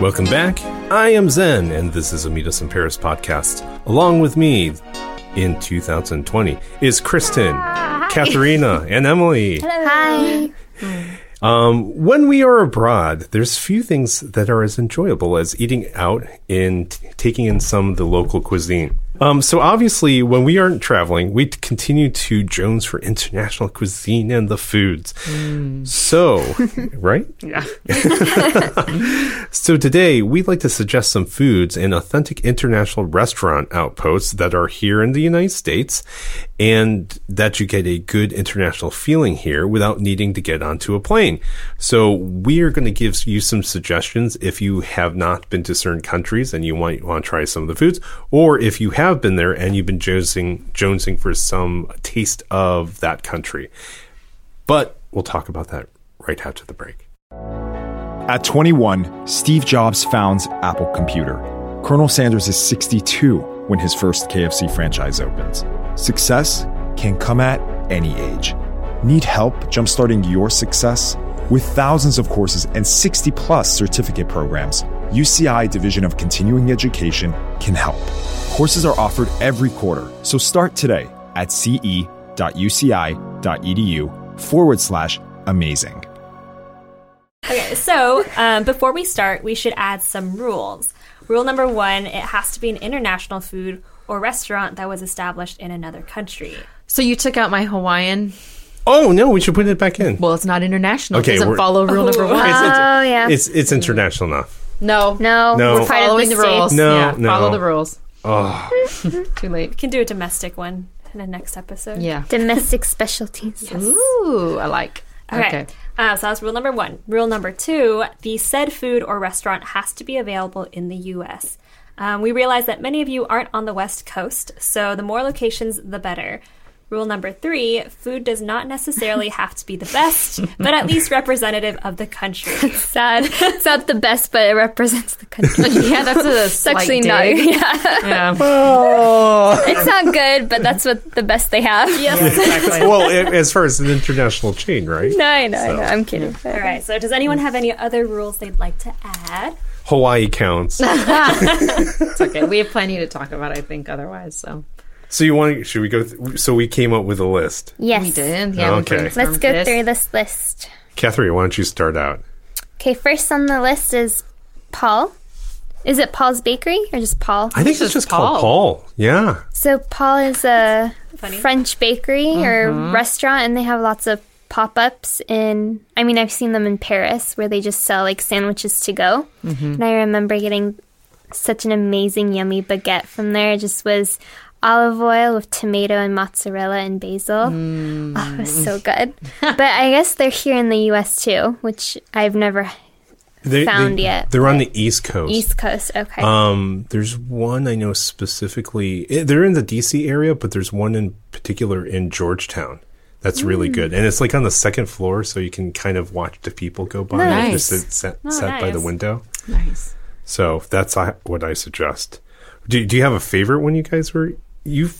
Welcome back. I am Zen, and this is a Meet Us in Paris podcast. Along with me in 2020 is Kristen, Katharina, and Emily. Hi. Um, when we are abroad, there's few things that are as enjoyable as eating out and t- taking in some of the local cuisine. Um, so obviously, when we aren't traveling, we t- continue to Jones for international cuisine and the foods. So, right? Yeah. So today, we'd like to suggest some foods and authentic international restaurant outposts that are here in the United States and that you get a good international feeling here without needing to get onto a plane. So we are going to give you some suggestions if you have not been to certain countries and you want, want to try some of the foods, or if you have been there and you've been jonesing, jonesing for some taste of that country. But we'll talk about that right after the break. At 21, Steve Jobs founds Apple Computer. Colonel Sanders is 62 when his first KFC franchise opens. Success can come at any age. Need help jumpstarting your success? With thousands of courses and 60 plus certificate programs, UCI Division of Continuing Education can help. Courses are offered every quarter, so start today at ce.uci.edu forward slash amazing. Okay, so um, before we start, we should add some rules. Rule number one it has to be an international food or restaurant that was established in another country. So you took out my Hawaiian. Oh, no, we should put it back in. Well, it's not international. Okay, it doesn't we're- follow rule number one. It's- it's- Oh, yeah. It's it's international now. no. No, No. we're part of Following the state. rules. No, yeah, no. Follow the rules. Oh, Too late. We can do a domestic one in the next episode. Yeah. Domestic specialties. Ooh, I like. Okay. Uh, so that's rule number one. Rule number two the said food or restaurant has to be available in the U.S. Um, we realize that many of you aren't on the West Coast, so the more locations, the better. Rule number three food does not necessarily have to be the best, but at least representative of the country. Sad. It's not the best, but it represents the country. Yeah, that's a It's slight actually dig. not. Yeah. Yeah. It's not good, but that's what the best they have. Yeah. exactly. well, a- as far as an international chain, right? No, I know. I know. I'm kidding. All right. So, does anyone have any other rules they'd like to add? Hawaii counts. It's okay. We have plenty to talk about, I think, otherwise. So so you want? Should we go? Th- so we came up with a list. Yes. we did. Yeah, we Okay. brainstormed Let's go this. through this list. Catherine, why don't you start out? Okay, first on the list is Paul. Is it Paul's Bakery or just Paul? I think This it's is just called Paul. Yeah. So Paul is a Funny. French bakery or Mm-hmm. restaurant, and they have lots of pop-ups in. I mean, I've seen them in Paris where they just sell like sandwiches to go. Mm-hmm. And I remember getting such an amazing, yummy baguette from there. It just was olive oil with tomato and mozzarella and basil. Mm. Oh, it was so good. but I guess they're here in the U.S. too, which I've never They, Found they, yet. They're on the East Coast. East Coast. Okay. Um, there's one I know specifically. eh, They're in the D.C. area, but there's one in particular in Georgetown. That's really good, and it's like on the second floor, so you can kind of watch the people go by. if Nice. They're sit, sat, sat by the nice. window. Nice. So that's I- what I suggest. Do, do you have a favorite when you guys were you?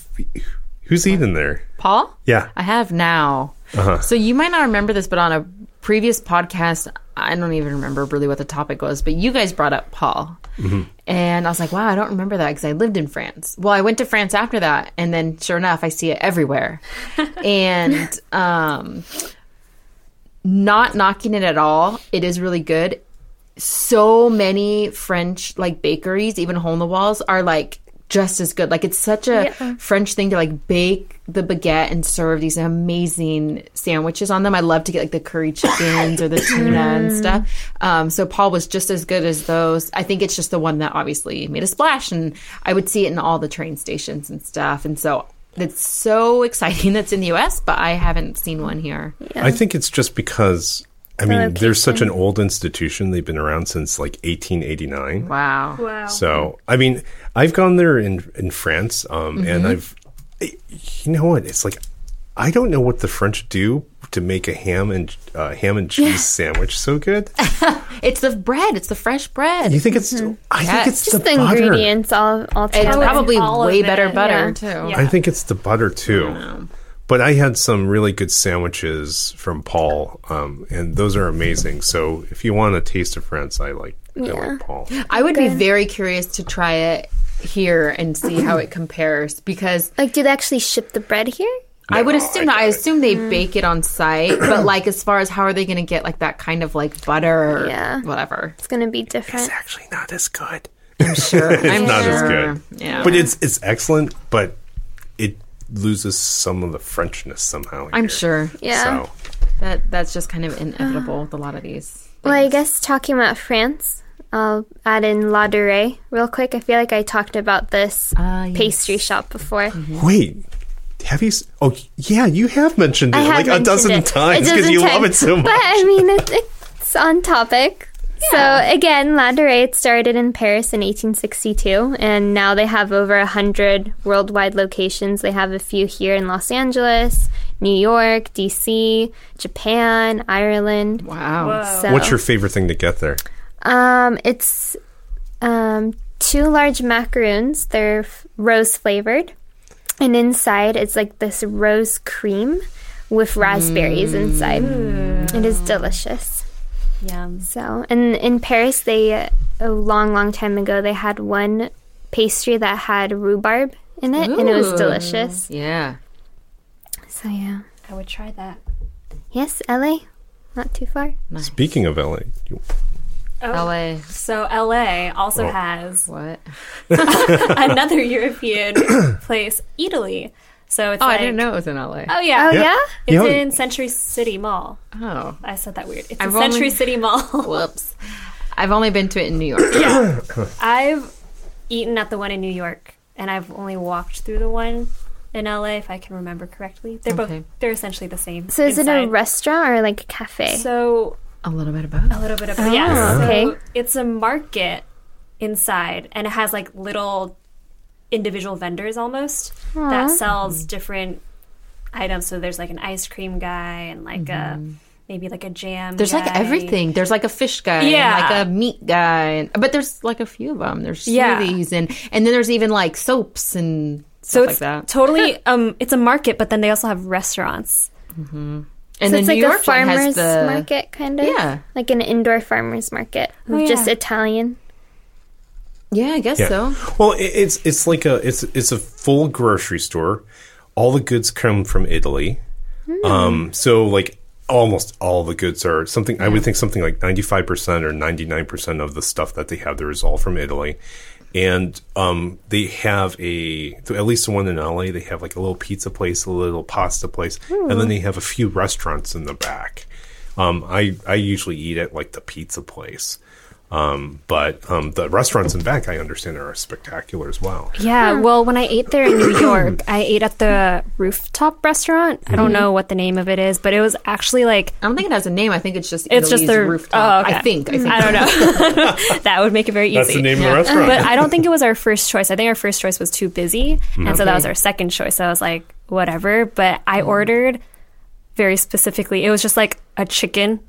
Who's eating there? Paul? Yeah. I have now. So you might not remember this, but on a previous podcast, I don't even remember really what the topic was, but you guys brought up Paul. And I was like, wow, I don't remember that because I lived in France. Well, I went to France after that. And then sure enough, I see it everywhere. and um, not knocking it at all, it is really good. So many French like bakeries, even hole in the walls, are like just as good. Like it's such a French thing to like bake the baguette and serve these amazing sandwiches on them. I love to get like the curry chickens or the tuna and stuff. Um, so Paul was just as good as those. I think it's just the one that obviously made a splash, and I would see it in all the train stations and stuff. And so it's so exciting that's in the U.S., but I haven't seen one here. I think it's just because I mean there's such an old institution. They've been around since like 1889. Wow. So I mean I've gone there in in France, um, and I've I- you know what it's like. I don't know what the French do to make a ham and uh, ham and cheese sandwich so good. It's the bread. It's the fresh bread. You think it's? I think Yeah. it's just the, the, butter. ingredients all all It's together. probably all of way it, better butter too. Yeah. I think it's the butter too. But I had some really good sandwiches from Paul, um, and those are amazing. So if you want a taste of France, I like I like Paul. I would be very curious to try it here and see how it compares because Like, do they actually ship the bread here? I would assume I that I assume they bake it on site, but like as far as how are they going to get like that kind of like butter or Yeah. whatever? It's gonna be different. It's actually not as good. Sure, it's I'm not as sure. good. Yeah, But it's it's excellent, but it loses some of the Frenchness somehow. I'm here. sure Yeah. So that that's just kind of inevitable with a lot of these. Well, I guess talking about France, I'll add in La Durée real quick. I feel like I talked about this Ah, yes. pastry shop before. wait. Have you? s- Oh, yeah, you have mentioned it I have like a mentioned dozen it times a because dozen you times. love it so much. But I mean, it, it's on topic. So again, La Durée it started in Paris in 1862, and now they have over a hundred worldwide locations. They have a few here in Los Angeles, New York, D.C., Japan, Ireland. Wow, Whoa. So What's your favorite thing to get there? Um, it's um, two large macaroons. They're f- rose flavored, and inside it's like this rose cream with raspberries inside. It is delicious. Yum. So, and in Paris, they uh, a long, long time ago they had one pastry that had rhubarb in it, and it was Ooh. delicious. yeah. So yeah, I would try that. yes, LA, not too far. Speaking of LA, you, LA, So LA also has what? another European place, Italy. So it's Oh, I like- didn't know it was in LA. Oh yeah. Oh yeah, It's Yeah. in Century City Mall. Oh, I said that weird. It's I've in Century only- City Mall. whoops. I've only been to it in New York. I've eaten at the one in New York, and I've only walked through the one in LA, if I can remember correctly. They're Okay. both they're essentially the same. So is it a inside. restaurant or like a cafe? So A little bit of both. a little bit of yeah. So Okay. it's a market inside, and it has like little individual vendors almost that sells different items. So there's like an ice cream guy and like a maybe Mm-hmm. like a jam. There's like guy. everything. There's like a fish guy, and, Yeah. like a meat guy, and, but there's like a few of them. There's Yeah. smoothies, and and then there's even like soaps and So stuff it's like that. totally um, it's a market, but then they also have restaurants. and So then it's New like York a one has farmer's the- market, kind of. Yeah. Oh, Like an indoor farmer's market. yeah. Just Italian. Yeah, I guess so. Well, i- it's it's like a it's it's a full grocery store. All the goods come from Italy. Hmm. Um, so like almost all the goods are something I would think something like ninety five percent or ninety nine percent of the stuff that they have there is all from Italy. And um, they have a th- at least the one in LA. They have like a little pizza place, a little pasta place, and Hmm. then they have a few restaurants in the back. Um, I I usually eat at like the pizza place. Um, but um, the restaurants in back, I understand, are spectacular as well. Yeah, well, when I ate there in New York, I ate at the rooftop restaurant. I Mm-hmm. don't know what the name of it is, but it was actually like I don't think it has a name. I think it's just It's just Italy's their- rooftop. oh, okay. I think. I think. I don't know. that would make it very easy. That's the name of the restaurant. But I don't think it was our first choice. I think our first choice was too busy, and so that Okay. Mm-hmm. was our second choice. So I was like, whatever. But I ordered very specifically. It was just like a chicken.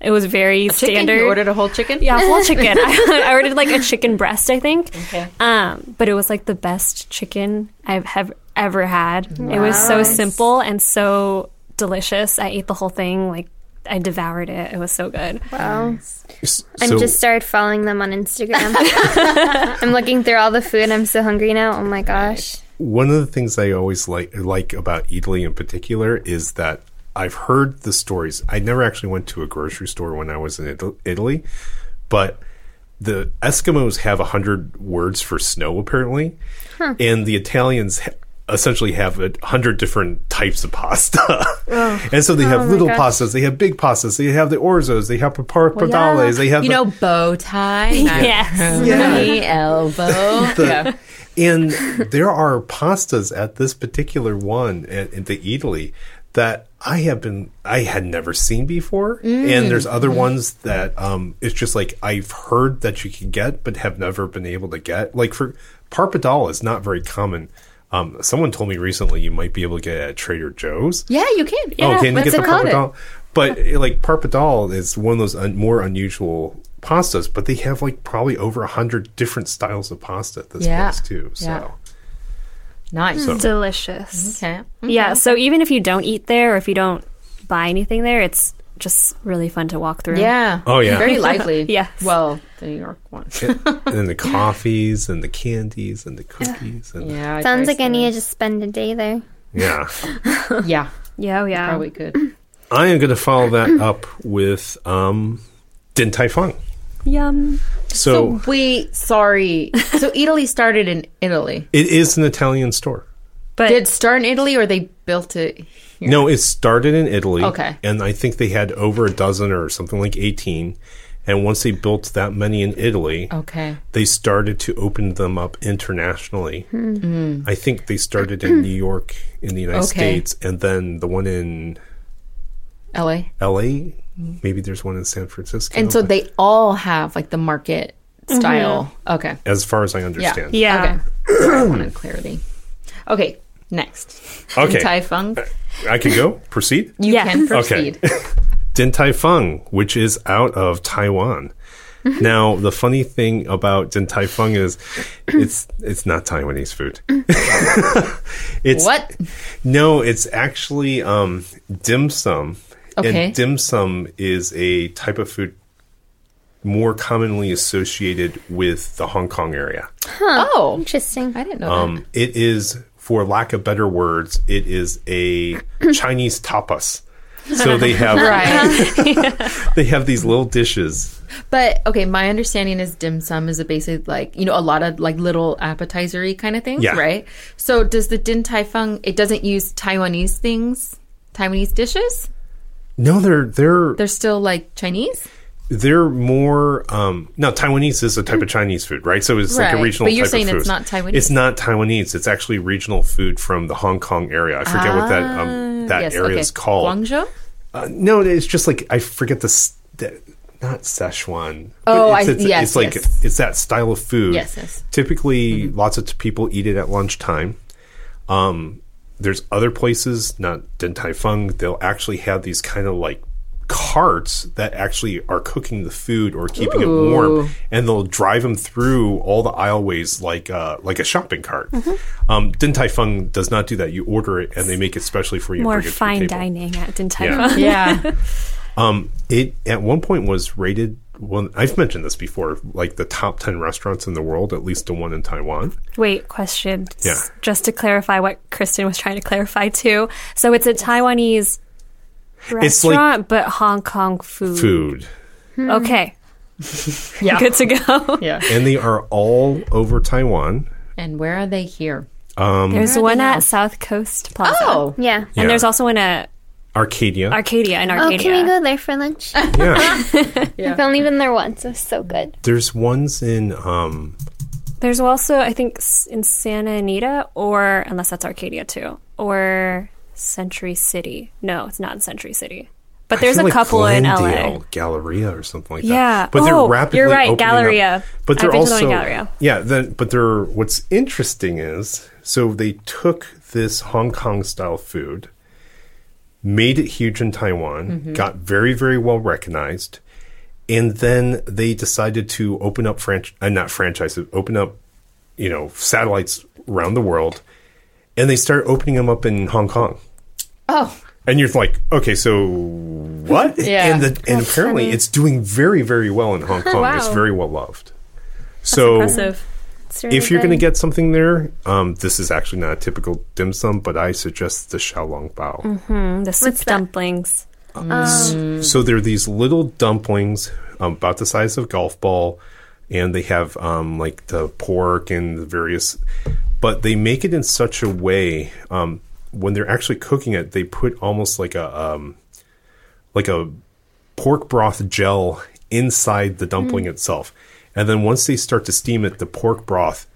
It was very Chicken? standard. You ordered a whole chicken. yeah, whole chicken. I, I ordered like a chicken breast, I think. Okay. Um, but it was like the best chicken I have ever had. It was so simple and so delicious. I ate the whole thing. Like I devoured it. It was so good. Wow. S- I'm so- just started following them on Instagram. I'm looking through all the food. I'm so hungry now. Oh my gosh. one of the things I always like like about Italy in particular is that I've heard the stories. I never actually went to a grocery store when I was in Ital- Italy, but the Eskimos have a hundred words for snow apparently, and the Italians. Ha- essentially have a hundred different types of pasta Oh. and so they have little gosh. pastas they have big pastas they have the orzos they have papar padales they have You the- know, bow tie, Yes. macaroni, elbow. yeah. and there are pastas at this particular one at, at the Italy that I have been I had never seen before, and there's other ones that um, it's just like I've heard that you can get but have never been able to get. Like for parpadal is not very common. Um, someone told me recently you might be able to get it at Trader Joe's. Yeah, you can. Yeah. oh, can you what's get the it called? parpadal? But eh, like parpadal is one of those un- more unusual pastas, but they have like probably over a hundred different styles of pasta at this Yeah. place too. So. Yeah. Nice. Delicious. Okay. Yeah, so even if you don't eat there or if you don't buy anything there, it's just really fun to walk through. Yeah. Oh, yeah. Very lively. Yes. Well, the New York one. and then the coffees and the candies and the cookies and yeah. I Sounds like I tried need to just spend a day there. yeah. some- Yeah. Um, Yeah, oh, yeah. Probably could. I am going to follow that up with um, Din Tai Fung. Yum. So, wait, sorry. So Italy started in Italy. it is an Italian store. But Did it start in Italy or they built it? here? No, it started in Italy. Okay. And I think they had over a dozen or something like 18. And once they built that many in Italy, Okay. they started to open them up internationally. I think they started in New York in the United Hmm. Okay. States and then the one in LA. LA. Maybe there's one in San Francisco. And so but they all have like the market style. Okay. as far as I understand. yeah. Okay. I wanted clarity. Okay. Next. Okay. Tai Fung. I could go. Proceed. You Yes. can Okay. proceed. Din Tai Fung, which is out of Taiwan. now, the funny thing about Din Tai Fung is it's it's not Taiwanese food. it's What? No, it's actually um, dim sum. Okay. And dim sum is a type of food more commonly associated with the Hong Kong area. Oh. Interesting. I didn't know Um, it is, for lack of better words, it is a Chinese tapas. So they have that. Right. they have these little dishes. but okay, my understanding is dim sum is a basic like, you know, a lot of like little appetizery kind of things, Yeah. right? So does the Din Tai Fung it doesn't use Taiwanese things, Taiwanese dishes? No, they're they're They're still like Chinese? they're more um now Taiwanese is a type of Chinese food, right? So it's like Right. a regional But you're type saying of food. it's not Taiwanese? It's not Taiwanese. It's actually regional food from the Hong Kong area. I forget what that um, that Uh, Ah, yes, area okay. is called. Guangzhou? Uh, no, it's just like I forget the, s- the not Szechuan. Oh, But it's, I- it's, yes, it's like yes. it's that style of food. Yes, yes. Mm-hmm. Typically, lots of t- people eat it at lunchtime. Um, there's other places, not Din Tai Fung, they'll actually have these kind of like carts that actually are cooking the food or keeping it warm, and they'll drive them through all the aisleways like uh, like a shopping cart. Mm-hmm. Um, Din Tai Fung does not do that. You order it, and they make it specially for you. and More bring it to the fine table. dining at Dintaipa. Yeah. Yeah. It at one point was rated. Well, I've mentioned this before, like the top ten restaurants in the world, at least the one in Taiwan. Wait, question. S- Yeah. Just to clarify what Kristen was trying to clarify too. So it's a Taiwanese restaurant, It's like- but Hong Kong food. Food. Okay. yeah. Good to go. Yeah. and they are all over Taiwan. And where are they here? There's Where are one they now? at South Coast Plaza. Oh. Yeah. And Yeah. there's also one at Arcadia. Arcadia in Oh, Arcadia. can we go there for lunch? yeah. I've only been there once. It was so good. There's ones in um There's also, I think, s- in Santa Anita, or unless that's Arcadia too, or Century City. No, it's not in Century City. But I there's feel a like couple in Glendale LA. Galleria or something like that. Yeah. But they're Oh, you're rapidly right, opening up. Galleria. But I've they're been to the also Galleria. Yeah, then but they're what's interesting is so they took this Hong Kong style food, made it huge in Taiwan, Mm-hmm. got very very well recognized, and then they decided to open up franch uh, not franchises, open up you know, satellites around the world and they start opening them up in Hong Kong. Oh. And you're like, okay, so what? Yeah. And, the, and apparently it's doing very, very well in Hong Kong. It's Wow. very well loved. So Impressive. It's really if you're going to good. get something there, um, this is actually not a typical dim sum, but I suggest the Shaolong Bao. Mm, the soup What's that? dumplings. So they're these little dumplings um, about the size of golf ball, and they have um, like the pork and the various, but they make it in such a way um, when they're actually cooking it, they put almost like a um, like a pork broth gel inside the dumpling itself, and then once they start to steam it, the pork broth.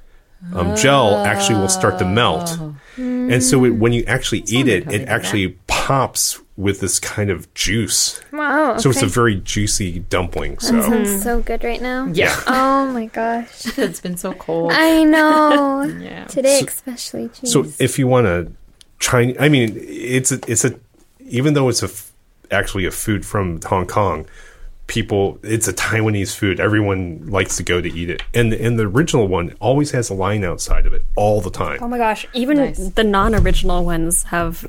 Um, gel actually will start to melt, and so it, when you actually eat it, it actually pops with this kind of juice Wow. so it's a okay. very juicy dumpling. So Sounds so good right now. Mm. Yeah. Oh my gosh. it's been so cold. I know. Yeah. Today especially. Geez. so if you want to try, I mean, it's a, it's a even though it's a f- actually a food from Hong Kong, people it's a Taiwanese food. Everyone likes to go to eat it, and and the original one always has a line Oh, outside of it all the time. Oh my gosh! Even Nice. the non-original ones have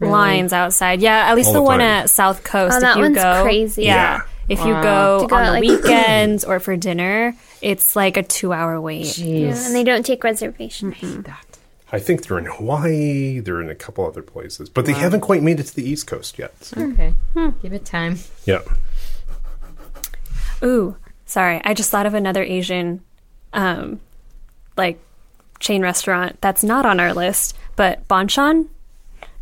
lines outside. Yeah, at least All the, the one time. at South Coast. Oh, if that you one's go, crazy. Yeah, Yeah. if you go, To go on out, the like- weekends or for dinner, it's like a two-hour wait. Yeah, Jeez. and they don't take reservations. Mm-hmm. that. I think they're in Hawaii. They're in a couple other places, but they haven't quite made it to the East Coast yet. so- Hmm. Okay. Give it time. Yeah. Ooh, sorry. I just thought of another Asian, um, like chain restaurant that's not on our list, but Banchan,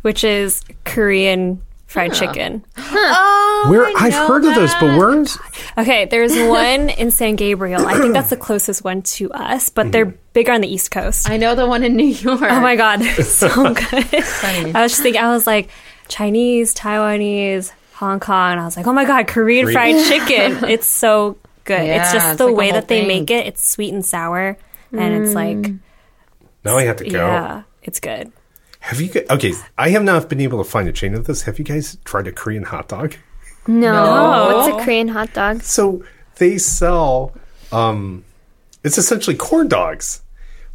which is Korean fried chicken. where I've heard of those, but where's Okay, there's one in San Gabriel. I think that's the closest one to us, but they're bigger on the East Coast. I know the one in New York. Oh my god, they're so good. I was just thinking, I was like, Chinese, Taiwanese, Hong Kong. I was like, oh my god, Korean fried chicken. It's so good. Yeah, it's just it's the like the way whole that they thing. make it. It's sweet and sour, and it's like, now? I have to go. yeah, it's good. Have you? gu- Okay, I have not been able to find a chain of this. Have you guys tried a Korean hot dog? No. No. What's a Korean hot dog? So they sell, um, it's essentially corn dogs,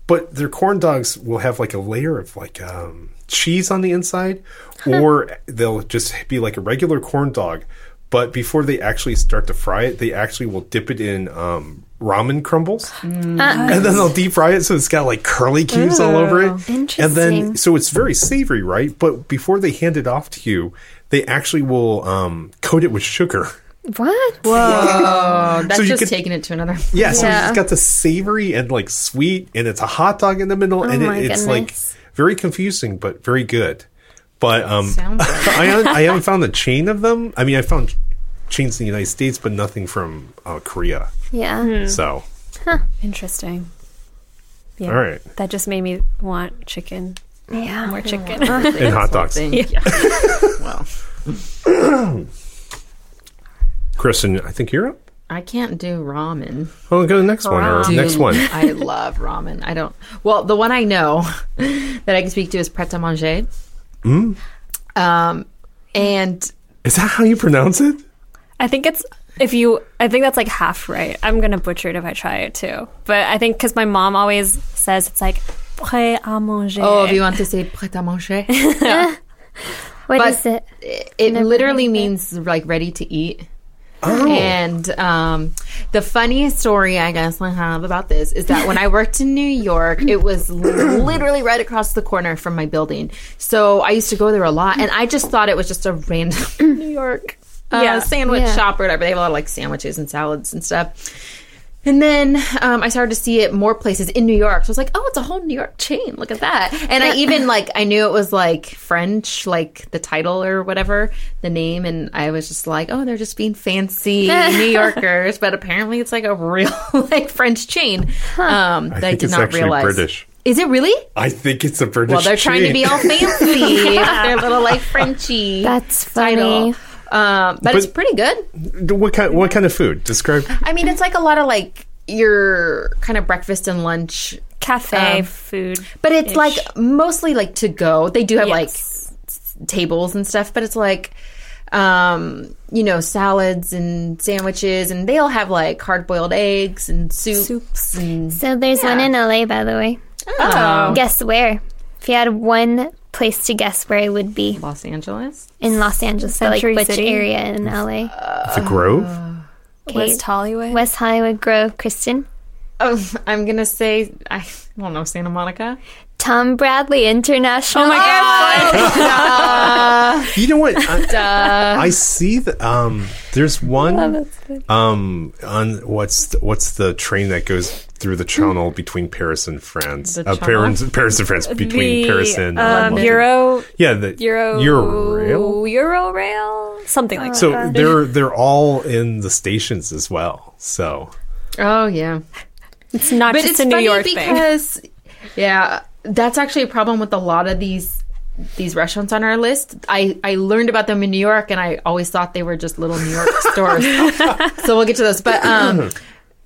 but their corn dogs will have like a layer of like um, cheese on the inside, or they'll just be like a regular corn dog. But before they actually start to fry it, they actually will dip it in um, ramen crumbles, and then they'll deep fry it so it's got like curly cues all over it. And then Interesting. so it's very savory, right? But before they hand it off to you, they actually will um, coat it with sugar. What? Oh, that's So you just could- taking it to another. Yeah, so Yeah. it's got the savory and like sweet, and it's a hot dog in the middle, Oh and it, my it's goodness. like very confusing but very good. But um, Sounds like- I haven't, I haven't found a chain of them. I mean, I found chains in the United States, but nothing from uh, Korea. Yeah. So, Interesting. Yeah. all right, That just made me want chicken, Yeah. more chicken. and hot dogs. Thing. Yeah. well, Kristen, I think you're up. I can't do ramen. Well, go to the next one or Dude, next one. I love ramen. I don't. Well, the one I know that I can speak to is Pret a Manger. Hmm? Um, and Is that how you pronounce it? I think it's if you. I think that's like half right. I'm gonna butcher it if I try it too. But I think because my mom always says it's like prêt à manger. oh, if you want to say Pret a Manger, What But- is it? it, it literally means like ready to eat. Oh, And um, the funniest story I guess I have about this is that when I worked in New York, it was literally right across the corner from my building. So I used to go there a lot, and I just thought it was just a random New York uh, Yeah. sandwich Yeah. shop or whatever. They have a lot of like sandwiches and salads and stuff. And then um, I started to see it more places in New York. So I was like, oh, it's a whole New York chain. Look at that. And I even like, I knew it was like French, like the title or whatever, the name. And I was just like, oh, they're just being fancy New Yorkers. But apparently it's like a real like French chain um, that I, think did it's not actually realize. British. Is it really? I think it's a British. Well, they're trying to chain. be all fancy. They're little like Frenchy. That's title. funny. Um, but it's But- pretty good. What kind? What kind of food? Describe. I mean, it's like a lot of like your kind of breakfast and lunch, cafe Um, food, but it's like mostly like to go. They do have like Yes. s- tables and stuff, but it's like um you know salads and sandwiches and they'll have like hard boiled eggs and soup. soups. So there's one in LA, by the way. Oh. Guess where? If you had one place to guess where it would be Los Angeles. in Los Angeles, so like Century which City? area in LA? The Grove. Uh, Okay. West Hollywood. West Hollywood Grove, Kristen. Oh, I'm going to say I don't know Santa Monica. Tom Bradley International. Oh my You know what? I, I see the um. There's one um on what's the, what's the train that goes through the channel between Paris and France? The Uh, Paris, Paris and France between The, Paris and uh, um, London. Euro, Yeah, the Euro, Euro. Euro rail, something like that. So they're they're all in the stations as well. So Oh yeah. It's not just a New York thing. because yeah that's actually a problem with a lot of these these restaurants on our list i i learned about them in new york and i always thought they were just little new york stores so we'll get to those but um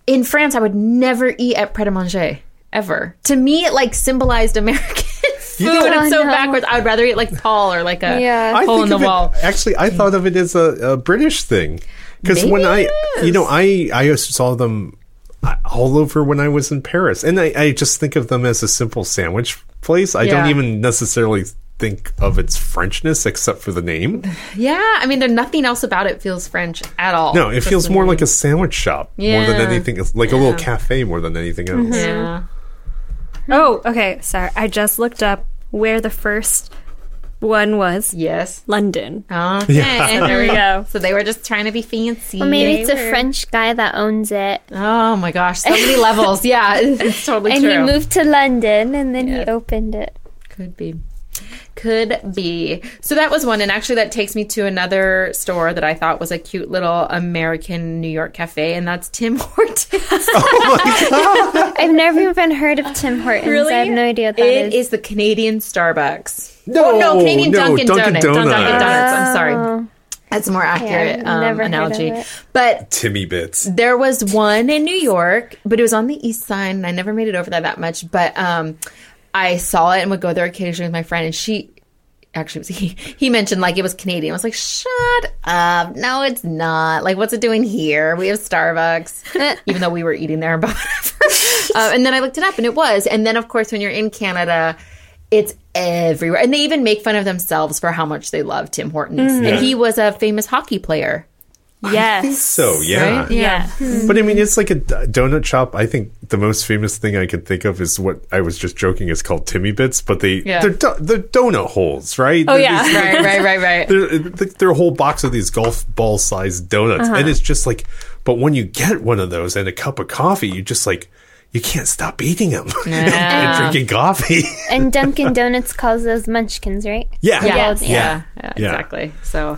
in france i would never eat at pret a manger ever to me it like symbolized american food know- it's so Oh, no. backwards i would rather eat like paul or like a Yeah. I hole think in the of it- wall actually, I thought of it as a, a British thing because when I, Maybe it you know, I I saw them uh, all over when I was in Paris, and I, I just think of them as a simple sandwich place. I don't Yeah. even necessarily think of its Frenchness except for the name. Yeah, I mean, there nothing else about it feels French at all. No, it Just feels the more name. like a sandwich shop more than Yeah. Mm-hmm. anything, else, like a little cafe more than anything else. Yeah. Oh, okay. Sorry. I just looked up where the first one was Yes. London. Okay. There we go. So they were just trying to be fancy. Well, Oh, maybe it's a were. French guy that owns it, Oh my gosh, so many levels. Yeah, it's, it's totally and true. he moved to London, and then he opened it. Could be. Could be. So that was one. And actually, that takes me to another store that I thought was a cute little American New York cafe, and that's Tim Hortons. I've never even heard of Tim Hortons. Really? I have no idea what that it is. is the Canadian Starbucks. No, oh, no, Canadian no, Dunkin', Dunkin' Donuts. Dun- Dunkin' Donuts. Donuts. I'm sorry. Oh. That's a more accurate I've um, never heard of analogy. it. But Timmy bits. there was one in New York, but it was on the east side, and I never made it over there that much. But um, I saw it and would go there occasionally with my friend, and she actually it was he. He mentioned like it was Canadian. I was like, shut up, no, it's not. Like, what's it doing here? We have Starbucks, even though we were eating there. But whatever. uh, and then I looked it up, and it was. And then of course, when you're in Canada. It's everywhere. And they even make fun of themselves for how much they love Tim Hortons. Yeah. And he was a famous hockey player. Yes. So yeah. Right? Yeah. But I mean, it's like a d- donut shop. I think the most famous thing I can think of is what I was just joking is called Timmy Bits, but they Yeah. they're do- they're donut holes, right? Oh yeah. Right, right, right, right. They're, they're a whole box of these golf ball sized donuts, and it's just like. But when you get one of those and a cup of coffee, you just like you can't stop eating them and drinking coffee. And Dunkin' Donuts calls those Munchkins, right? yeah, yeah. Yeah. Yeah. Yeah. exactly. So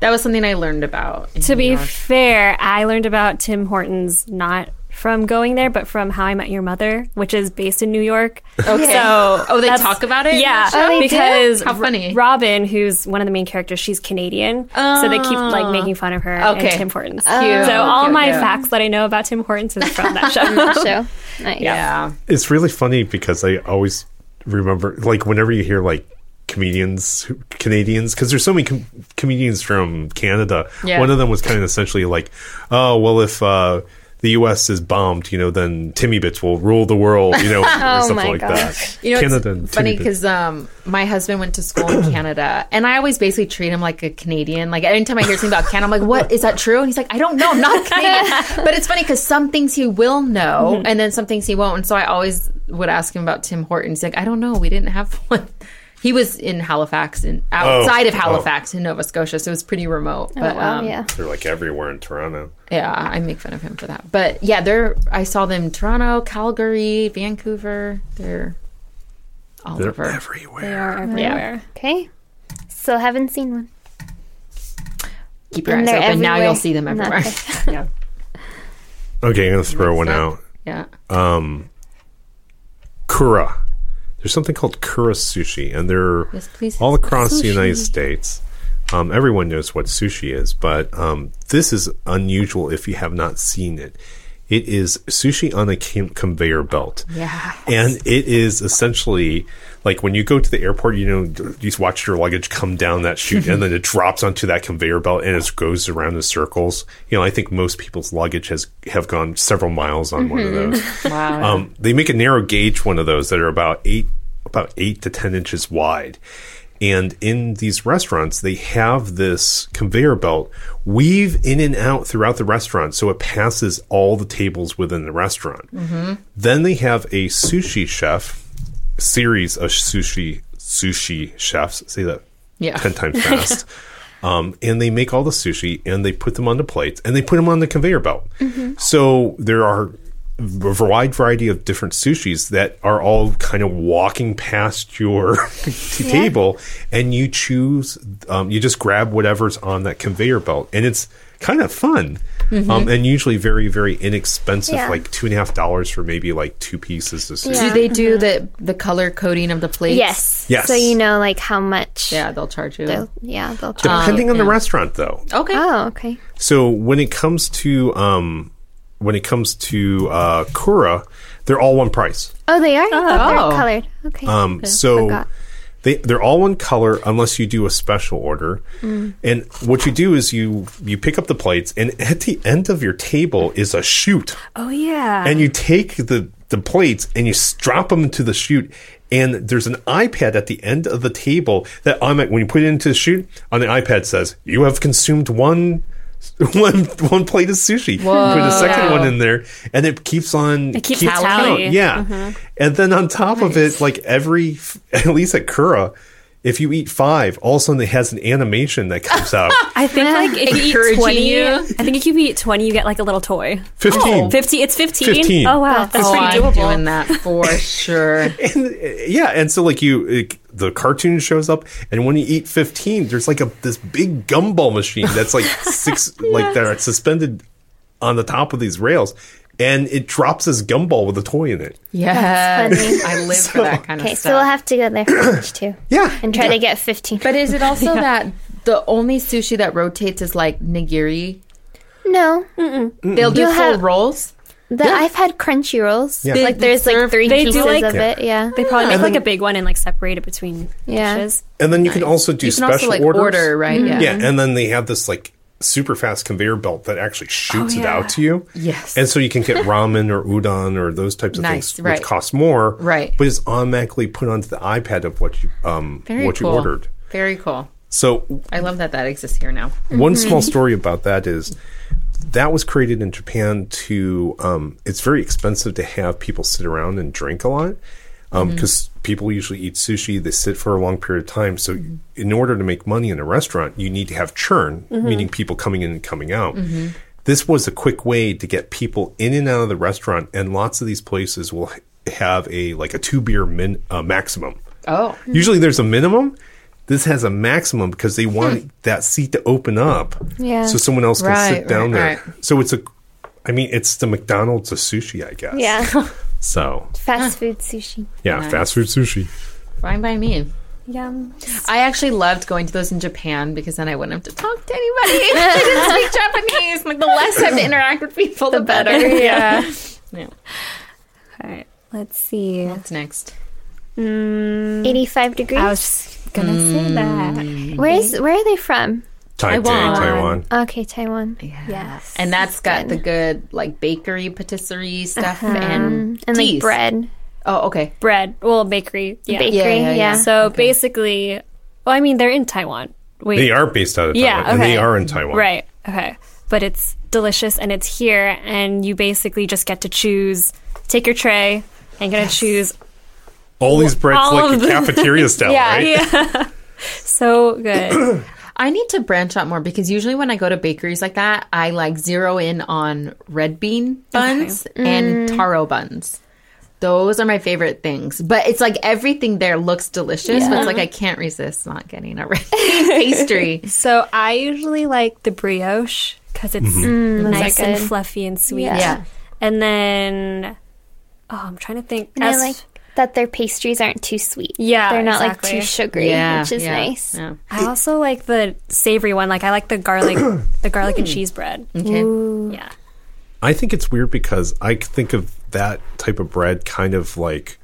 that was something I learned about. in To New be York. fair, I learned about Tim Hortons not from going there, but from How I Met Your Mother, which is based in New York. Okay. So, Oh, they that's- talk about it in Yeah, that show? Oh, they do? because How funny. R- Robin, who's one of the main characters, she's Canadian, so they keep like making fun of her and Ah. Okay. Tim Hortons. Cute. So all Cute, my cute. facts that I know about Tim Hortons is from that show. That show. Nice. yeah, it's really funny because I always remember, like, whenever you hear like comedians, who- Canadians, because there's so many com- comedians from Canada. Yeah. One of them was kind of essentially like, "Oh, well, if uh, the U.S. is bombed, you know, then Timmy Bits will rule the world," you know, or something my like that. Oh you know, Canada and it's funny Timmy Bits. because um, my husband went to school in Canada, and I always basically treat him like a Canadian. Like anytime I hear something about Canada, I'm like, "What is that true?" And he's like, "I don't know, I'm not Canadian." but it's funny because some things he will know, and then some things he won't. And so I always would ask him about Tim Hortons. He's like, "I don't know, we didn't have one." He was in Halifax and outside of oh. Halifax in Nova Scotia, so it was pretty remote. But Wow, um, Oh, yeah. they're like everywhere in Toronto. Yeah, I make fun of him for that. But yeah, they're I saw them Toronto, Calgary, Vancouver. They're all They're over. everywhere. They are everywhere. Okay. Still haven't seen one. Keep your And eyes they're open. Now everywhere. you'll see them Not everywhere. Okay, I'm gonna throw one out. yeah. Oh. Kura. There's something called Kura sushi, and they're Yes, please, all it's across the sushi. United States. Um, everyone knows what sushi is, but um, this is unusual if you have not seen it. It is sushi on a con- conveyor belt. Yeah. And it is essentially like when you go to the airport, you know, you just watch your luggage come down that chute and then it drops onto that conveyor belt and it goes around in circles. You know, I think most people's luggage has have gone several miles on one of Mm-hmm. those. Wow. Um, they make a narrow gauge one of those that are about eight about eight to ten inches wide. And in these restaurants, they have this conveyor belt weave in and out throughout the restaurant, so it passes all the tables within the restaurant. Then they have a sushi chef series of sushi sushi chefs. Say that Yeah. ten times fast. Um, and they make all the sushi and they put them onto plates and they put them on the conveyor belt. So there are a wide variety of different sushis that are all kind of walking past your t- table and you choose, um, you just grab whatever's on that conveyor belt. And it's kind of fun. Um, and usually very, very inexpensive, Yeah. like two and a half dollars for maybe like two pieces of sushi. do they do the the color coding of the plates? Yes. Yes. So you know, like how much? Yeah, they'll charge you. They'll, yeah. They'll. Depending on the restaurant, though, okay. oh, okay. So when it comes to um, when it comes to uh, Kura, they're all one price. Oh, they are. Oh. Oh, they're colored. Okay. Um, so forgot. they they're all one color unless you do a special order. Mm. And what you do is you you pick up the plates, and at the end of your table is a chute, Oh yeah. and you take the the plates and you strap them into the chute. And there's an iPad at the end of the table that on it, when you put it into the chute, on the iPad says, You have consumed one. One one plate of sushi. Put a second one in there, and it keeps on. It keeps tally. Mm-hmm. count. Yeah, and then on top of it, like every at least at Kura, if you eat five, all of a sudden it has an animation that comes out. I think like if you eat Encouraging twenty, you. I think if you eat twenty, you get like a little toy. Fifteen. Fifty, it's fifteen. 15. Oh wow, that's oh, pretty I'm doable. doing that for sure. and uh, yeah, and so like you, like, the cartoon shows up, and when you eat fifteen, there's like a this big gumball machine that's like six, like that are suspended on the top of these rails, and it drops this gumball with a toy in it. Yes, That's I live for that kind of Okay, so stuff. we'll have to go there for lunch too. Yeah, And try yeah. to get 15. but is it also that the only sushi that rotates is like nigiri? no. They'll do You'll full have- rolls. The, I've had crunchy rolls. Yeah. Like there's like serve- three they do, pieces like- of it. Yeah. They probably make like a big one and like separate it between Yeah. dishes. And then you can also do You can special also like orders. order, right? Mm-hmm. Uh-huh. Yeah, and then they have this like super fast conveyor belt that actually shoots it out to you. Oh, Yes. And so you can get ramen or udon or those types of Nice, things, right. which cost more. Right. But it's automatically put onto the iPad of what you um Very what cool. you ordered. Very cool. So I love that that exists here now. one small story about that is that was created in Japan to. Um, it's very expensive to have people sit around and drink a lot because people usually eat sushi. They sit for a long period of time. So, in order to make money in a restaurant, you need to have churn, meaning people coming in and coming out. This was a quick way to get people in and out of the restaurant, and lots of these places will h- have a like a two beer min uh, maximum. Oh, Usually there's a minimum. This has a maximum because they want that seat to open up. Yeah. So someone else can Right, sit down right, there. So it's a I mean, it's the McDonald's of sushi, I guess. Yeah. So Fast food sushi. yeah, fast food sushi. fine by me. Yum. I actually loved going to those in Japan because then I wouldn't have to talk to anybody. I didn't speak Japanese. Like the less I have to interact with people, the, better. Yeah. Yeah. All right, let's see. What's next? 85 degrees. I was just gonna say that. where is where are they from? Taipei, Taiwan. Taiwan. Okay, Taiwan. Yes. And that's got the good like bakery patisserie stuff Uh-huh. and And like teas. bread. Oh, okay. Bread, well, bakery. Yeah. Bakery, Yeah, yeah, yeah. yeah. So basically, well, I mean, they're in Taiwan. Wait. They are based out of Taiwan. Yeah, And they okay. are in Taiwan. Right. Okay. But it's delicious and it's here, and you basically just get to choose. Take your tray and gonna choose. All these breads All like of a them. cafeteria style, Yeah. right? Yeah. so good. I need to branch out more because usually when I go to bakeries like that, I like zero in on red bean buns Mm. and taro buns. Those are my favorite things. But it's like everything there looks delicious, but it's like I can't resist not getting a red bean pastry. So I usually like the brioche because it's Mm-hmm. nice Nice. and Mm, Good. fluffy and sweet. Yeah. Yeah. And then, oh, I'm trying to think. And As- I like that their pastries aren't too sweet. Yeah, They're not like exactly. too sugary, yeah, which is yeah, nice. yeah. I also like the savory one. Like I like the garlic, the garlic and cheese bread. Okay. Yeah. I think it's weird because I think of that type of bread kind of like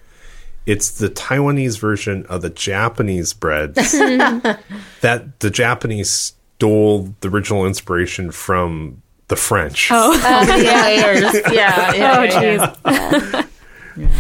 it's the Taiwanese version of the Japanese bread that the Japanese stole the original inspiration from the French. yeah, yeah, yeah, yeah, Oh, yeah, jeez. yeah.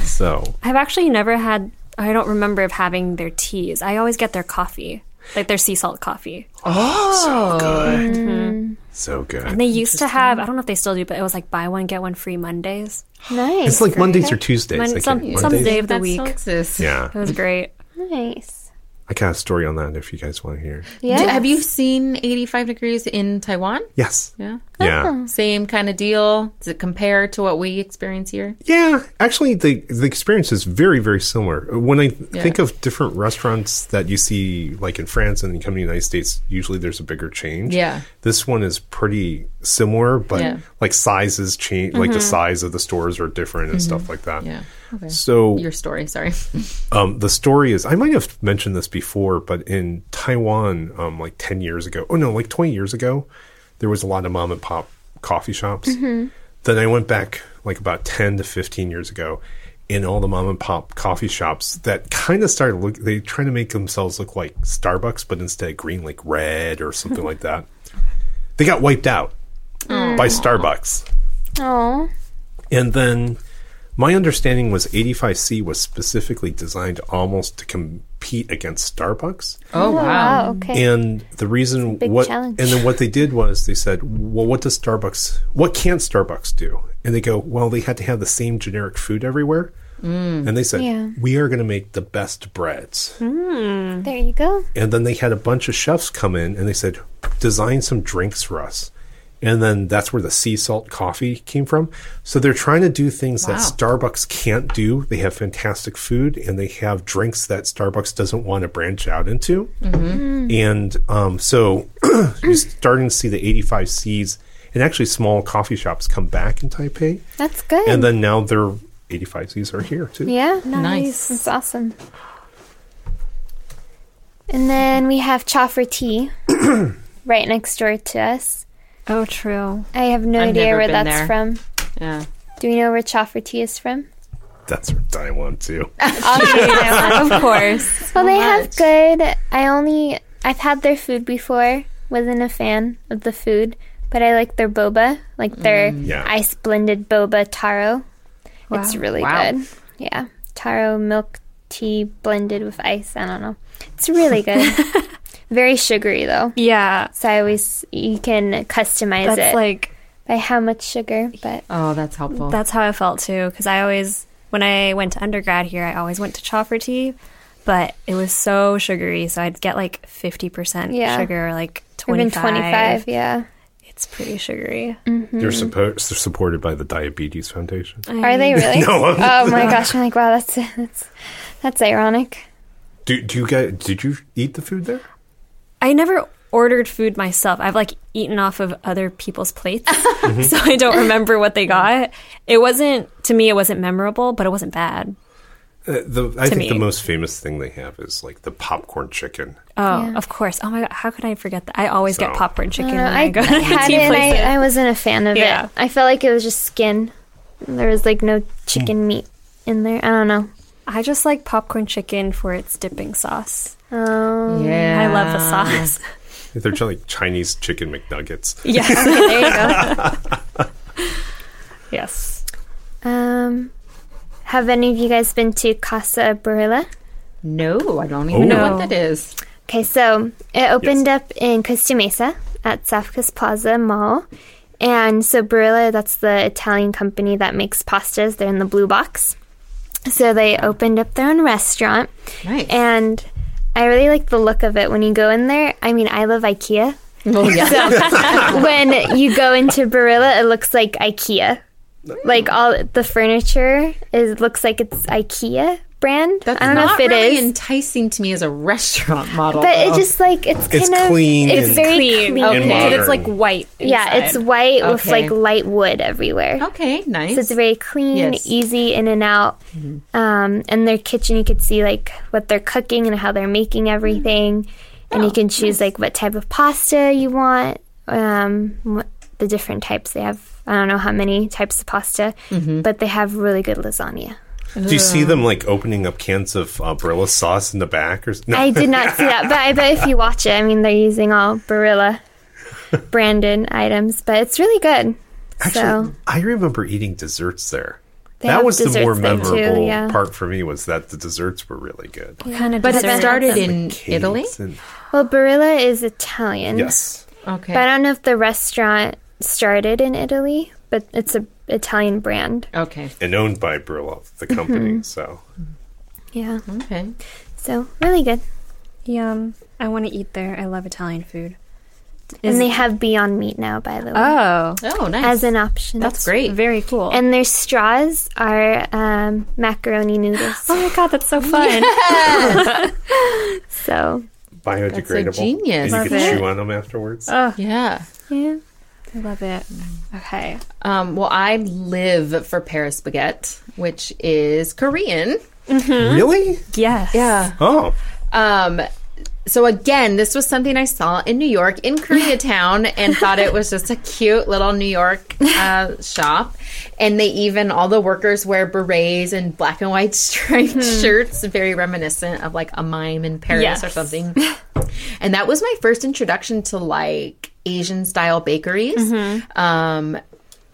So I've actually never had. I don't remember of having their teas. I always get their coffee, like their sea salt coffee. Oh. Mm-hmm. so And good. they used to have. I don't know if they still do, but it was like buy one get one free Mondays. Nice. It's like Mondays or Tuesdays. I Mon- can't- some some Mondays? day of the That week. still exists. Yeah, It was great. nice. I got a story on that if you guys want to hear. Yeah. Do- Have you seen 85 Degrees in Taiwan? Yes. Yeah. Oh. Yeah. Same kind of deal. Does it compare to what we experience here? Yeah. Actually, the the experience is very very similar. When I Yeah. think of different restaurants that you see like in France and you come to the United States, usually there's a bigger change. Yeah. This one is pretty similar, but Yeah. Mm-hmm. like sizes change, like the size of the stores are different and stuff like that. Yeah. Okay. So Your story, sorry. Um, the story is, I might have mentioned this before, but in Taiwan, um, like 10 years ago, oh no, like 20 years ago, there was a lot of mom and pop coffee shops. Then I went back like about 10 to 15 years ago in all the mom and pop coffee shops that kind of started look, they trying to make themselves look like Starbucks, but instead green, like red or something like that. They got wiped out by Starbucks. Oh. And then My understanding was 85C was specifically designed almost to compete against Starbucks. Oh, wow. Okay. And the reason big what challenge. and then what they did was they said, "Well, what does Starbucks? What can Starbucks do?" And they go, "Well, they had to have the same generic food everywhere." And they said, Mm. Yeah. "We are going to make the best breads." there you go. And then they had a bunch of chefs come in and they said, "Design some drinks for us." And then that's where the sea salt coffee came from. So they're trying to do things that Wow. Starbucks can't do. They have fantastic food and they have drinks that Starbucks doesn't want to branch out into. And um, so you're starting to see the 85 C's and actually small coffee shops come back in Taipei. That's good. And then now their 85 C's are here too. Hmm. yeah. Nice. That's awesome. And then we have Chaffer Tea right next door to us. Oh, true. I have no I've idea never where been that's there. from. Yeah. Do we know where Chaffer Tea is from? That's Taiwan too. of course. Well, they have much. good. I only I've had their food before. Wasn't a fan of the food, but I like their boba, Mm. like their Yeah. ice blended boba taro. It's Wow. really Wow. good. Yeah, taro milk tea blended with ice. I don't know. It's really good. Very sugary though. Yeah. So I always you can customize That's it like by how much sugar, but Oh, that's helpful. That's how I felt too, because I always, when I went to undergrad here, I always went to Choffer tea, but it was so sugary, so I'd get like 50% Yeah. sugar, or like even 25. twenty five. Yeah. It's pretty sugary. They're, suppo- they're supported by the Diabetes Foundation. Are they really? No, I'm- oh my gosh! I'm like, wow, that's that's that's ironic. Do, do you guys? Did you eat the food there? I never ordered food myself. I've like eaten off of other people's plates, so I don't remember what they got. It wasn't, to me, it wasn't memorable, but it wasn't bad. Uh, the, I To think the me. most famous thing they have is like the popcorn chicken. Oh, Yeah. of course. Oh my God. How could I forget that? I always get So- popcorn chicken don't know, when I, go to had tea it and places. I, uh, I wasn't a fan of Yeah. it. I felt like it was just skin. There was like no chicken meat in there. I don't know. I just like popcorn chicken for its dipping sauce. Um, yeah. I love the sauce. They're just like Chinese chicken McNuggets. Yes. there you go. yes. Um, have any of you guys been to Casa Barilla? No, I don't even Oh. know No. what that is. Okay, so it opened up in Costa Mesa at Safkas Plaza Mall. And so Barilla, that's the Italian company that makes pastas. They're in the blue box. So they opened up their own restaurant. Nice. And I really like the look of it when you go in there. I mean, I love IKEA. Well, yeah. when you go into Barilla, it looks like IKEA. Like all the furniture is looks like it's IKEA brand. That's I don't know not if it is, really enticing to me as a restaurant model. but it though. just like it's kind Oh. It's of clean It's and- very Clean. clean. Okay. And Because modern. it's like white. Yeah, it's inside. white with Okay. like light wood everywhere. okay, nice. So it's very clean, Yes. easy in and out. Um, and their kitchen, you could see like what they're cooking and how they're making everything. And you can choose like what type of pasta you want, um, what, the different types they have. I don't know how many types of pasta, but they have really good lasagna. Do you see them like opening up cans of uh, Barilla sauce in the back? Or s- no, I did not see that, but I bet if you watch it, I mean, they're using all Barilla branded items, but it's really good. actually, so- I remember eating desserts there. They that have was the desserts more there, too, memorable yeah. part for me was that the desserts were really good. Kind of but dessert. it started in Cakes Italy. and- Well, Barilla is Italian. yes, Okay. But I don't know if the restaurant started in Italy, but it's a Italian brand. okay. and owned by Barilla, the company. So Yeah. Okay. So really good. Yum. I want to eat there. I love Italian food. and they have Beyond Meat now, by the way, Oh. Oh, nice. as an option. That's great. Very cool. And their straws are um, macaroni noodles. oh my God, that's so fun. so biodegradable. genius. Uh-huh. And you could Love it. chew on them afterwards. yeah. yeah. I love it. Okay. Um, well, I live for Paris baguette, which is Korean. Really? Yes. Oh, Um, so again, this was something I saw in New York in Koreatown and thought it was just a cute little New York uh, shop. And they even all the workers wear berets and black and white striped shirts, very reminiscent of like a mime in Paris or Yes. something. and that was my first introduction to like Asian style bakeries. Um,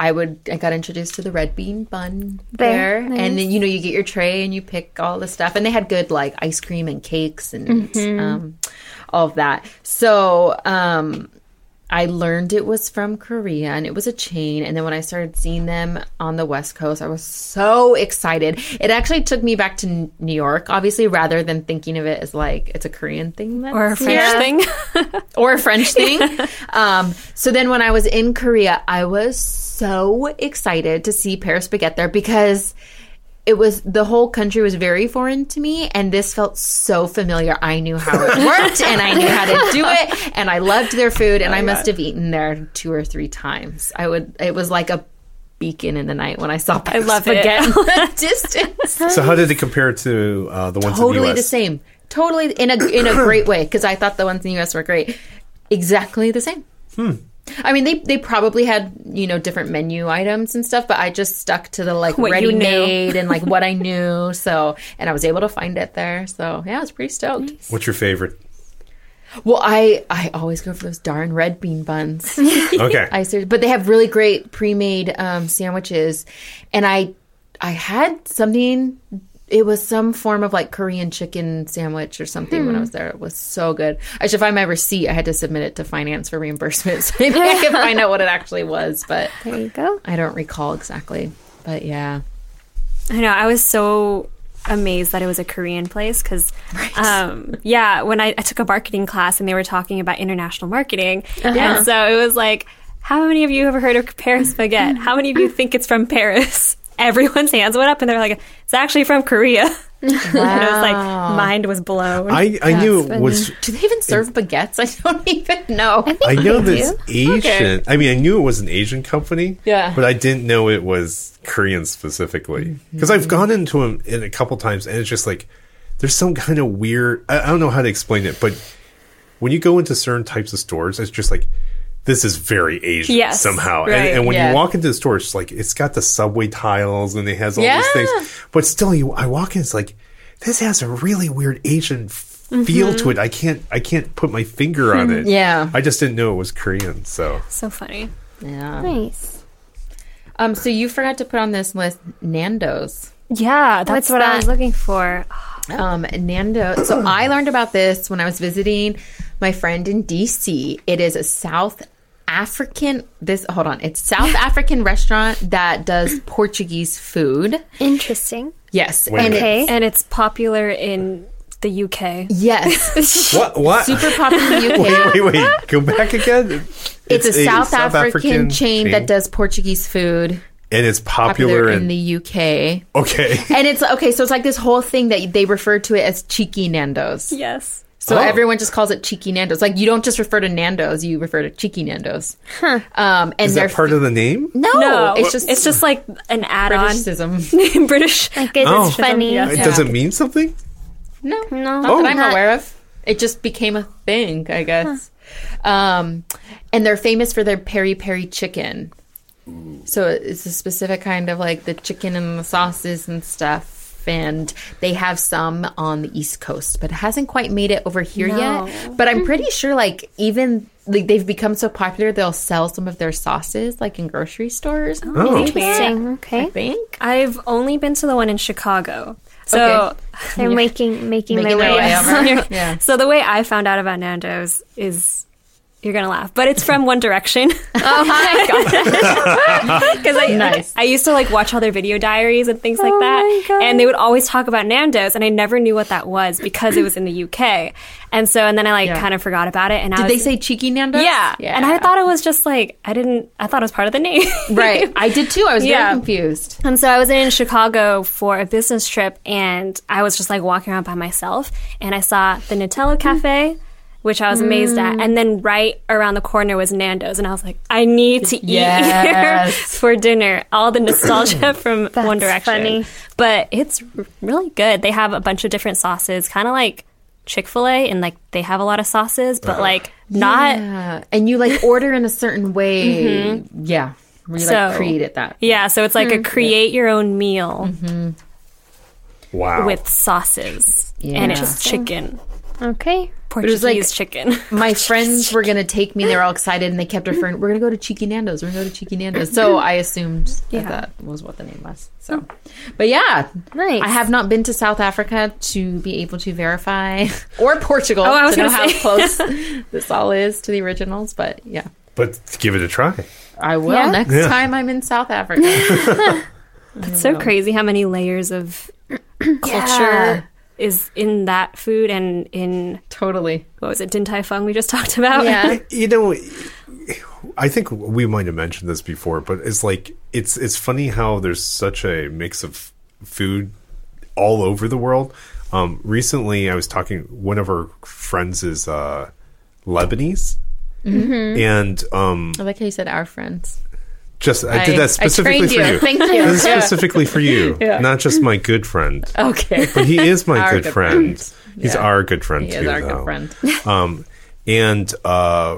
I would I got introduced to the red bean bun there, There, and then, you know you get your tray and you pick all the stuff, and they had good like ice cream and cakes and Mm-hmm. um, all of that. So um, I learned it was from Korea and it was a chain. And then when I started seeing them on the West Coast, I was so excited. It actually took me back to N- New York, obviously, rather than thinking of it as like it's a Korean thing that's or a French Yeah. thing. or a French thing. um, so then when I was in Korea, I was so excited to see Paris Baguette there because it was the whole country was very foreign to me and this felt so familiar. I knew how it worked and I knew how to do it and I loved their food Oh, and I must have eaten there two or three times. I would it was like a beacon in the night when I saw Paris love it. Baguette in the distance So how did it compare to uh, the ones in totally the US? the same. Totally in a in a great way because I thought the ones in the US were great. Exactly the same. Hmm. I mean, they they probably had you know different menu items and stuff, but I just stuck to the like What you ready knew. made and like what I knew. So and I was able to find it there. So yeah, I was pretty stoked. What's your favorite? Well, I I always go for those darn red bean buns. Okay. I ser- but they have really great pre-made um, sandwiches, and I I had something. It was some form of like Korean chicken sandwich or something when I was there. It was so good. I should find my receipt. I had to submit it to finance for reimbursement, so maybe I can find out what it actually was. But There you go. I don't recall exactly. But yeah, I know. I was so amazed that it was a Korean place because, um, yeah, when I, I took a marketing class and they were talking about international marketing, and so it was like, how many of you have heard of Paris baguette? How many of you think it's from Paris? Everyone's hands went up and they're like, it's actually from Korea. and I was like, mind was blown. I, I knew it was. do they even serve baguettes? I don't even know. I know they this Asian. I mean, I knew it was an Asian company. Yeah. But I didn't know it was Korean specifically Mm-hmm. because I've gone into them in a couple times, and it's just like there's some kind of weird. I, I don't know how to explain it, but when you go into certain types of stores, it's just like. This is very Asian Yes, somehow, and, right, and when yeah. you walk into the store, it's just like it's got the subway tiles and it has all these Yeah. things. But still, you I walk in, it's like this has a really weird Asian f- feel to it. I can't I can't put my finger on it. Mm-hmm. Hmm. Yeah. I just didn't know it was Korean. So so funny. Yeah. Nice. Um. So you forgot to put on this list Nando's. Yeah, that's What's what I was that? looking for. Um, Nando. So I learned about this when I was visiting my friend in DC. It is a South African. This hold on. It's South African restaurant that does Portuguese food. Interesting. Yes. Wait a and minute. Okay. And it's popular in the UK. Yes. what what? Super popular in the UK. wait wait wait. Go back again. It's, a, South, African, chain, that chain, does Portuguese food. and it's popular, Popular in, in the UK. okay. And it's okay, so it's like this whole thing that they refer to it as cheeky Nando's. Yes. So Oh. everyone just calls it cheeky Nando's. Like you don't just refer to Nando's, you refer to cheeky Nando's. Um, and Is they're that part of the name? no, No, it's just it's just like an add-on. Briticism. British. Like it's Oh. funny. Yeah. It doesn't mean something. No, No. not Oh. that I'm Not- aware of. It just became a thing, I guess. Um, and they're famous for their peri peri chicken. So it's a specific kind of like the chicken and the sauces and stuff. And they have some on the East Coast, but it hasn't quite made it over here yet. But I'm pretty sure, like even like they've become so popular, they'll sell some of their sauces like in grocery stores. Oh. Interesting. I Okay. think I've only been to the one in Chicago. So They're making making, making their their way. way up. over. yeah. so the way I found out about Nando's is you're gonna laugh, but it's from One Direction. Oh my god! Because I Nice. I used to like watch all their video diaries and things like that, my God. and they would always talk about Nando's, and I never knew what that was because it was in the UK, and so and then I like Yeah. kind of forgot about it. And I Did was, they say cheeky Nando's? yeah, and I thought it was just like I didn't. I thought it was part of the name, Right. I did too. I was Yeah. very confused. And Um, so I was in Chicago for a business trip, and I was just like walking around by myself, and I saw the Nutella Cafe, which I was amazed at, and then right around the corner was Nando's, and I was like, I need to eat Yes. here for dinner. All the nostalgia from One Direction, funny. but it's r- really good. They have a bunch of different sauces, kind of like Chick Fil A, and like they have a lot of sauces, but like not. Yeah. And you like order in a certain way. Yeah. You like Mm-hmm. So- created that. Mm-hmm. Yeah, Mm-hmm. so it's like a create your own meal Wow. with sauces, Yeah. and it's chicken. Okay. Portuguese like- chicken. my friends were gonna take me. They were all excited, and they kept referring. We're gonna go to Cheeky Nando's. We're gonna go to Cheeky Nando's. So I assumed Mm-hmm. Yeah. that that was what the name was. So, but yeah, Nice. I have not been to South Africa to be able to verify or Portugal Oh, I was to know how gonna say. close this all is to the originals. But yeah, But give it a try. I will Yeah? next Yeah. time I'm in South Africa. It's so crazy how many layers of culture Yeah. is in that food and in totally. what was it, Din Tai Fung we just talked about. Yeah. You know, I think we might have mentioned this before, but it's like it's it's funny how there's such a mix of food all over the world. Um, recently, I was talking. One of our friends is uh, Lebanese, and um, I like how you said our friends. just I, did that specifically trained for you. Thank you. This is Yeah. specifically for you, not just my good friend. Okay. But he is my Our good good friend. friend. He's Yeah. our good friend He too. is our though. good friend. um, and uh,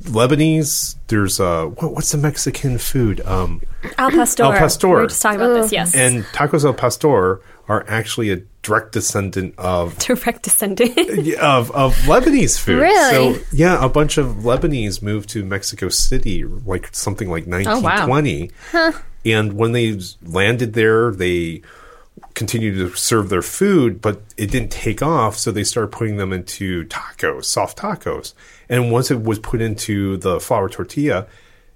Lebanese. There's uh, what, what's the Mexican food? Um, Al pastor. Al pastor. We were just talking about this, yes. and tacos al pastor are actually a direct descendant of Direct descendant. of, of Lebanese food. Really? So yeah, a bunch of Lebanese moved to Mexico City, like something like 1920. And when they landed there, they continued to serve their food, but it didn't take off. So they started putting them into tacos, soft tacos. And once it was put into the flour tortilla,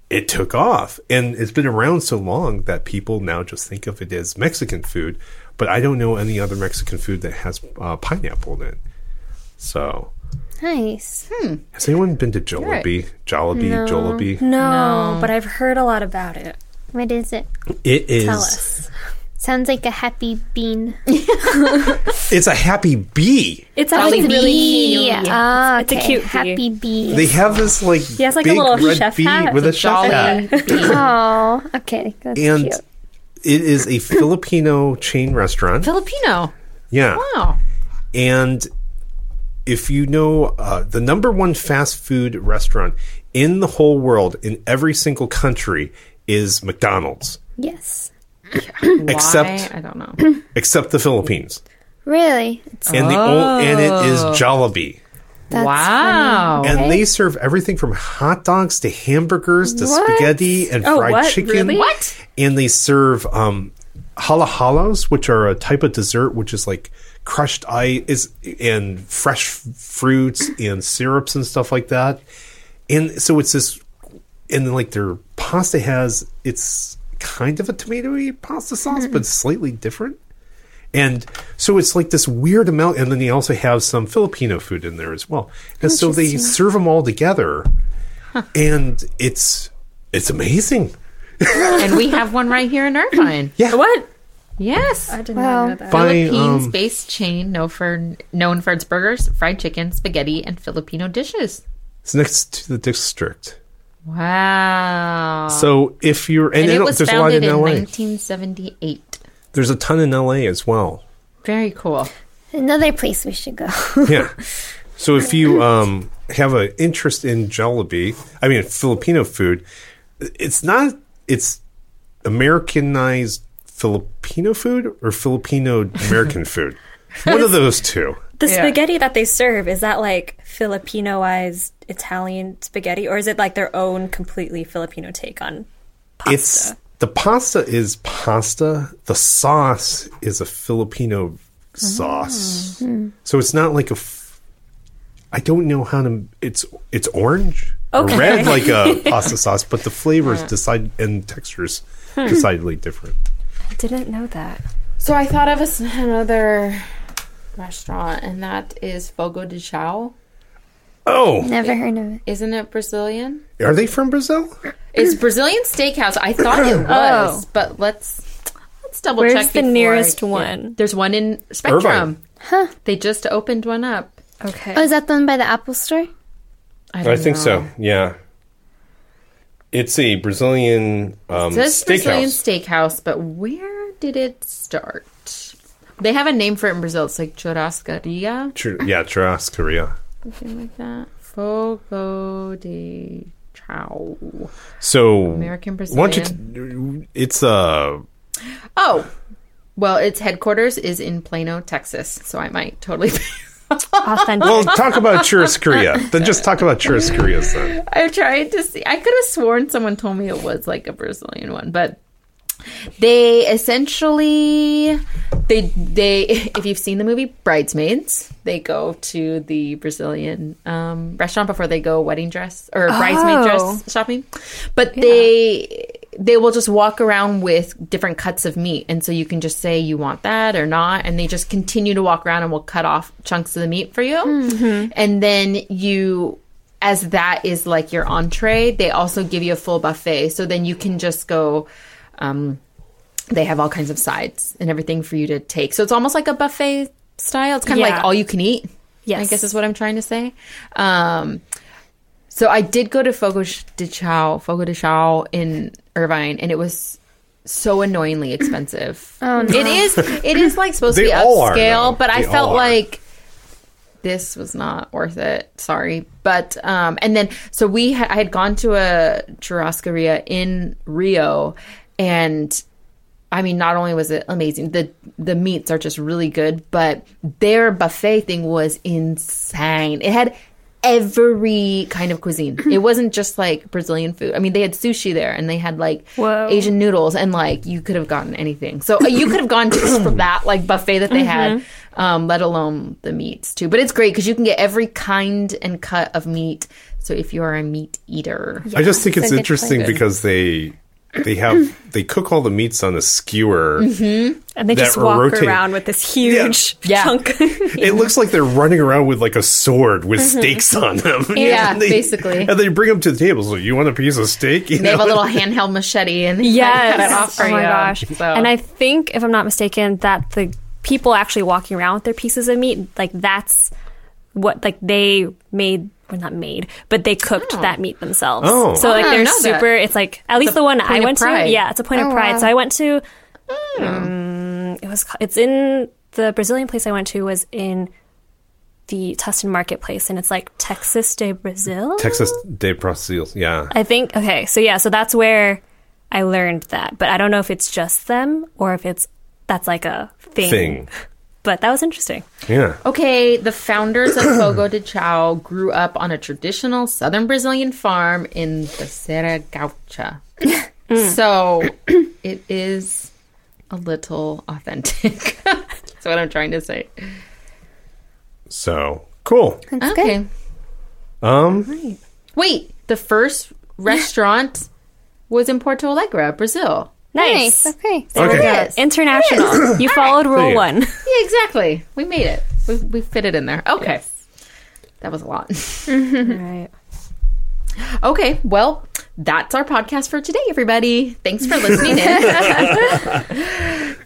it took off. And it's been around so long that people now just think of it as Mexican food. But I don't know any other Mexican food that has uh, pineapple in it. So, nice. has anyone been to Jollibee? Jollibee, Jollibee. Hmm. no, but I've heard a lot about it. What is it? It is. Tell us. Sounds like a happy bean. It's a happy bee. It's Oh, actually it's really bee. cute. Ah, It's a okay. cute bee. happy bee. They have this like He has, like, a big little red chef bee hat. with a It's chef hat. oh, okay. That's and cute. it is a Filipino chain restaurant. Filipino. Oh. yeah, Wow. and if you know uh, the number one fast food restaurant in the whole world in every single country is McDonald's, Yes. Except- Why? I don't know. except the Philippines, Really? It's, and the ol- and it Oh. is Jollibee. that's wow. And they serve everything from hot dogs to hamburgers to What? spaghetti and Oh, fried what? chicken. Really? What? And they serve um, hala halos, which are a type of dessert which is like crushed ice is and fresh f- fruits and syrups and stuff like that. And so it's this, and then like their pasta has it's kind of a tomatoey pasta sauce, Hmm. but slightly different. And so it's like this weird amount, and then they also have some Filipino food in there as well. And so they serve them all together, and it's it's amazing. and we have one right here in Irvine. Yeah, What? Yes. I didn't know that. By, um, Philippines-based chain known for known for its burgers, fried chicken, spaghetti, and Filipino dishes. it's next to the district. Wow. So if you're and, and I it don't- was there's a lot founded in in LA. 1978. there's a ton in LA as well. Very cool. another place we should go. Yeah. so if you um, have an interest in Jollibee, I mean Filipino food, it's not it's Americanized Filipino food or Filipino American food. One of those two. The Yeah. spaghetti that they serve, is that like Filipinoized Italian spaghetti or is it like their own completely Filipino take on pasta? It's the pasta is pasta. The sauce is a Filipino sauce. So it's not like a. F- I don't know how to. It's it's orange Okay. or red like a pasta sauce, but the flavors decide and textures decidedly different. I didn't know that. So I thought of us another restaurant, and that is Fogo de Chao. Oh, Never heard of it. Isn't it Brazilian? are they from Brazil? It's Brazilian steakhouse. I thought it was, but let's let's double Oh. Where's check. the before I nearest get- one? There's one in Spectrum. They just opened one up. Okay. Oh, is that the one by the Apple Store? I, don't know. Yeah. It's a Brazilian um, It says Brazilian steakhouse, but where did it start? They have a name for it in Brazil. It's like churrascaria, yeah, Churras, Korea. something like that. Fogo de Chao. So American why don't you t- it's uh Oh, well, its headquarters is in Plano, Texas, so I might totally be Authentic. Well, talk about Churros Korea. Then just talk about Churros Korea's then. I tried to see. I could have sworn someone told me it was like a Brazilian one, but they essentially they they if you've seen the movie Bridesmaids, they go to the Brazilian um, restaurant before they go wedding dress or bridesmaid dress shopping. But they they will just walk around with different cuts of meat and so you can just say you want that or not and they just continue to walk around and will cut off chunks of the meat for you and then you as that is like your entree, they also give you a full buffet. So then you can just go. Um, they have all kinds of sides and everything for you to take. So it's almost like a buffet style. It's kind of Yeah. like all you can eat. I Yes. guess is what I'm trying to say. Um, so I did go to Fogo Sh- de Chao, Fogo de Chao in Irvine, and it was so annoyingly expensive. oh, no. It is. It is like supposed They to be all are, upscale, though. but I They all felt are. like this was not worth it. Sorry, but um, and then so we ha- I had gone to a churrascaria in Rio, and I mean, not only was it amazing, the the meats are just really good, but their buffet thing was insane. It had every kind of cuisine. it wasn't just like Brazilian food. I mean, they had sushi there, and they had like Whoa. Asian noodles, and like you could have gotten anything. So uh, you could have gone just for that like buffet that they Mm-hmm. had, um, let alone the meats too. But it's great because you can get every kind and cut of meat. So if you are a meat eater, I just think it's so they interesting play good. because they they have they cook all the meats on a skewer. And they That just were walk rotating. around with this huge Yeah. chunk. It looks like they're running around with like a sword with stakes on them. You know, Mm-hmm. Yeah, and they- basically. And they bring them to the table. So you want a piece of steak? You they have a know? little handheld machete and they yes. cut it off for oh my you. gosh. So- And I think, if I'm not mistaken, that the people actually walking around with their pieces of meat, like that's what like they made. Well, not made, but they cooked that meat themselves. Oh. So like I they're didn't know that. super. It's like at least a the one I point of went to. pride. Oh, Hmm. Yeah, it's a point of pride. So I went to. um, it was. ca- It's in the Brazilian place I went to was in the Tustin marketplace, and it's like Texas de Brazil. Texas de Brazil. Yeah. I think okay, so yeah, so that's where I learned that, but I don't know if it's just them or if it's that's like a thing. Thing. But that was interesting. Yeah. Okay, the founders of Fogo de Chao grew up on a traditional southern Brazilian farm in the Serra Gaucha. so it is a little authentic. That's what I'm trying to say. So cool. okay. Um, Wait, the first restaurant was in Porto Alegre, Brazil. Nice. Okay. okay. International. you followed There rule you go. one. Yeah, exactly. We made it. We, we fit it in there. Okay. That was a lot. right. Okay, well, that's our podcast for today, everybody. Thanks for listening in.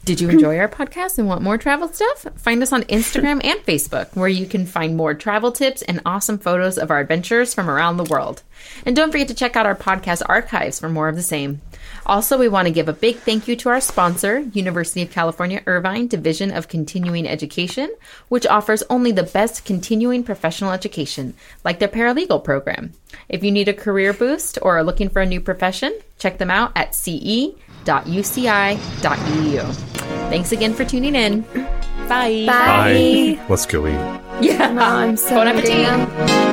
Did you enjoy our podcast and want more travel stuff? Find us on Instagram and Facebook, where you can find more travel tips and awesome photos of our adventures from around the world. And don't forget to check out our podcast archives for more of the same. Also, we want to give a big thank you to our sponsor, University of California Irvine Division of Continuing Education, which offers only the best continuing professional education, like their paralegal program. If you need a career boost or are looking for a new profession, check them out at E ce.uci.edu. E Thanks again for tuning in. Bye. Bye. Bye. Let's go eat. Yeah. I'm so Bon appetit. down.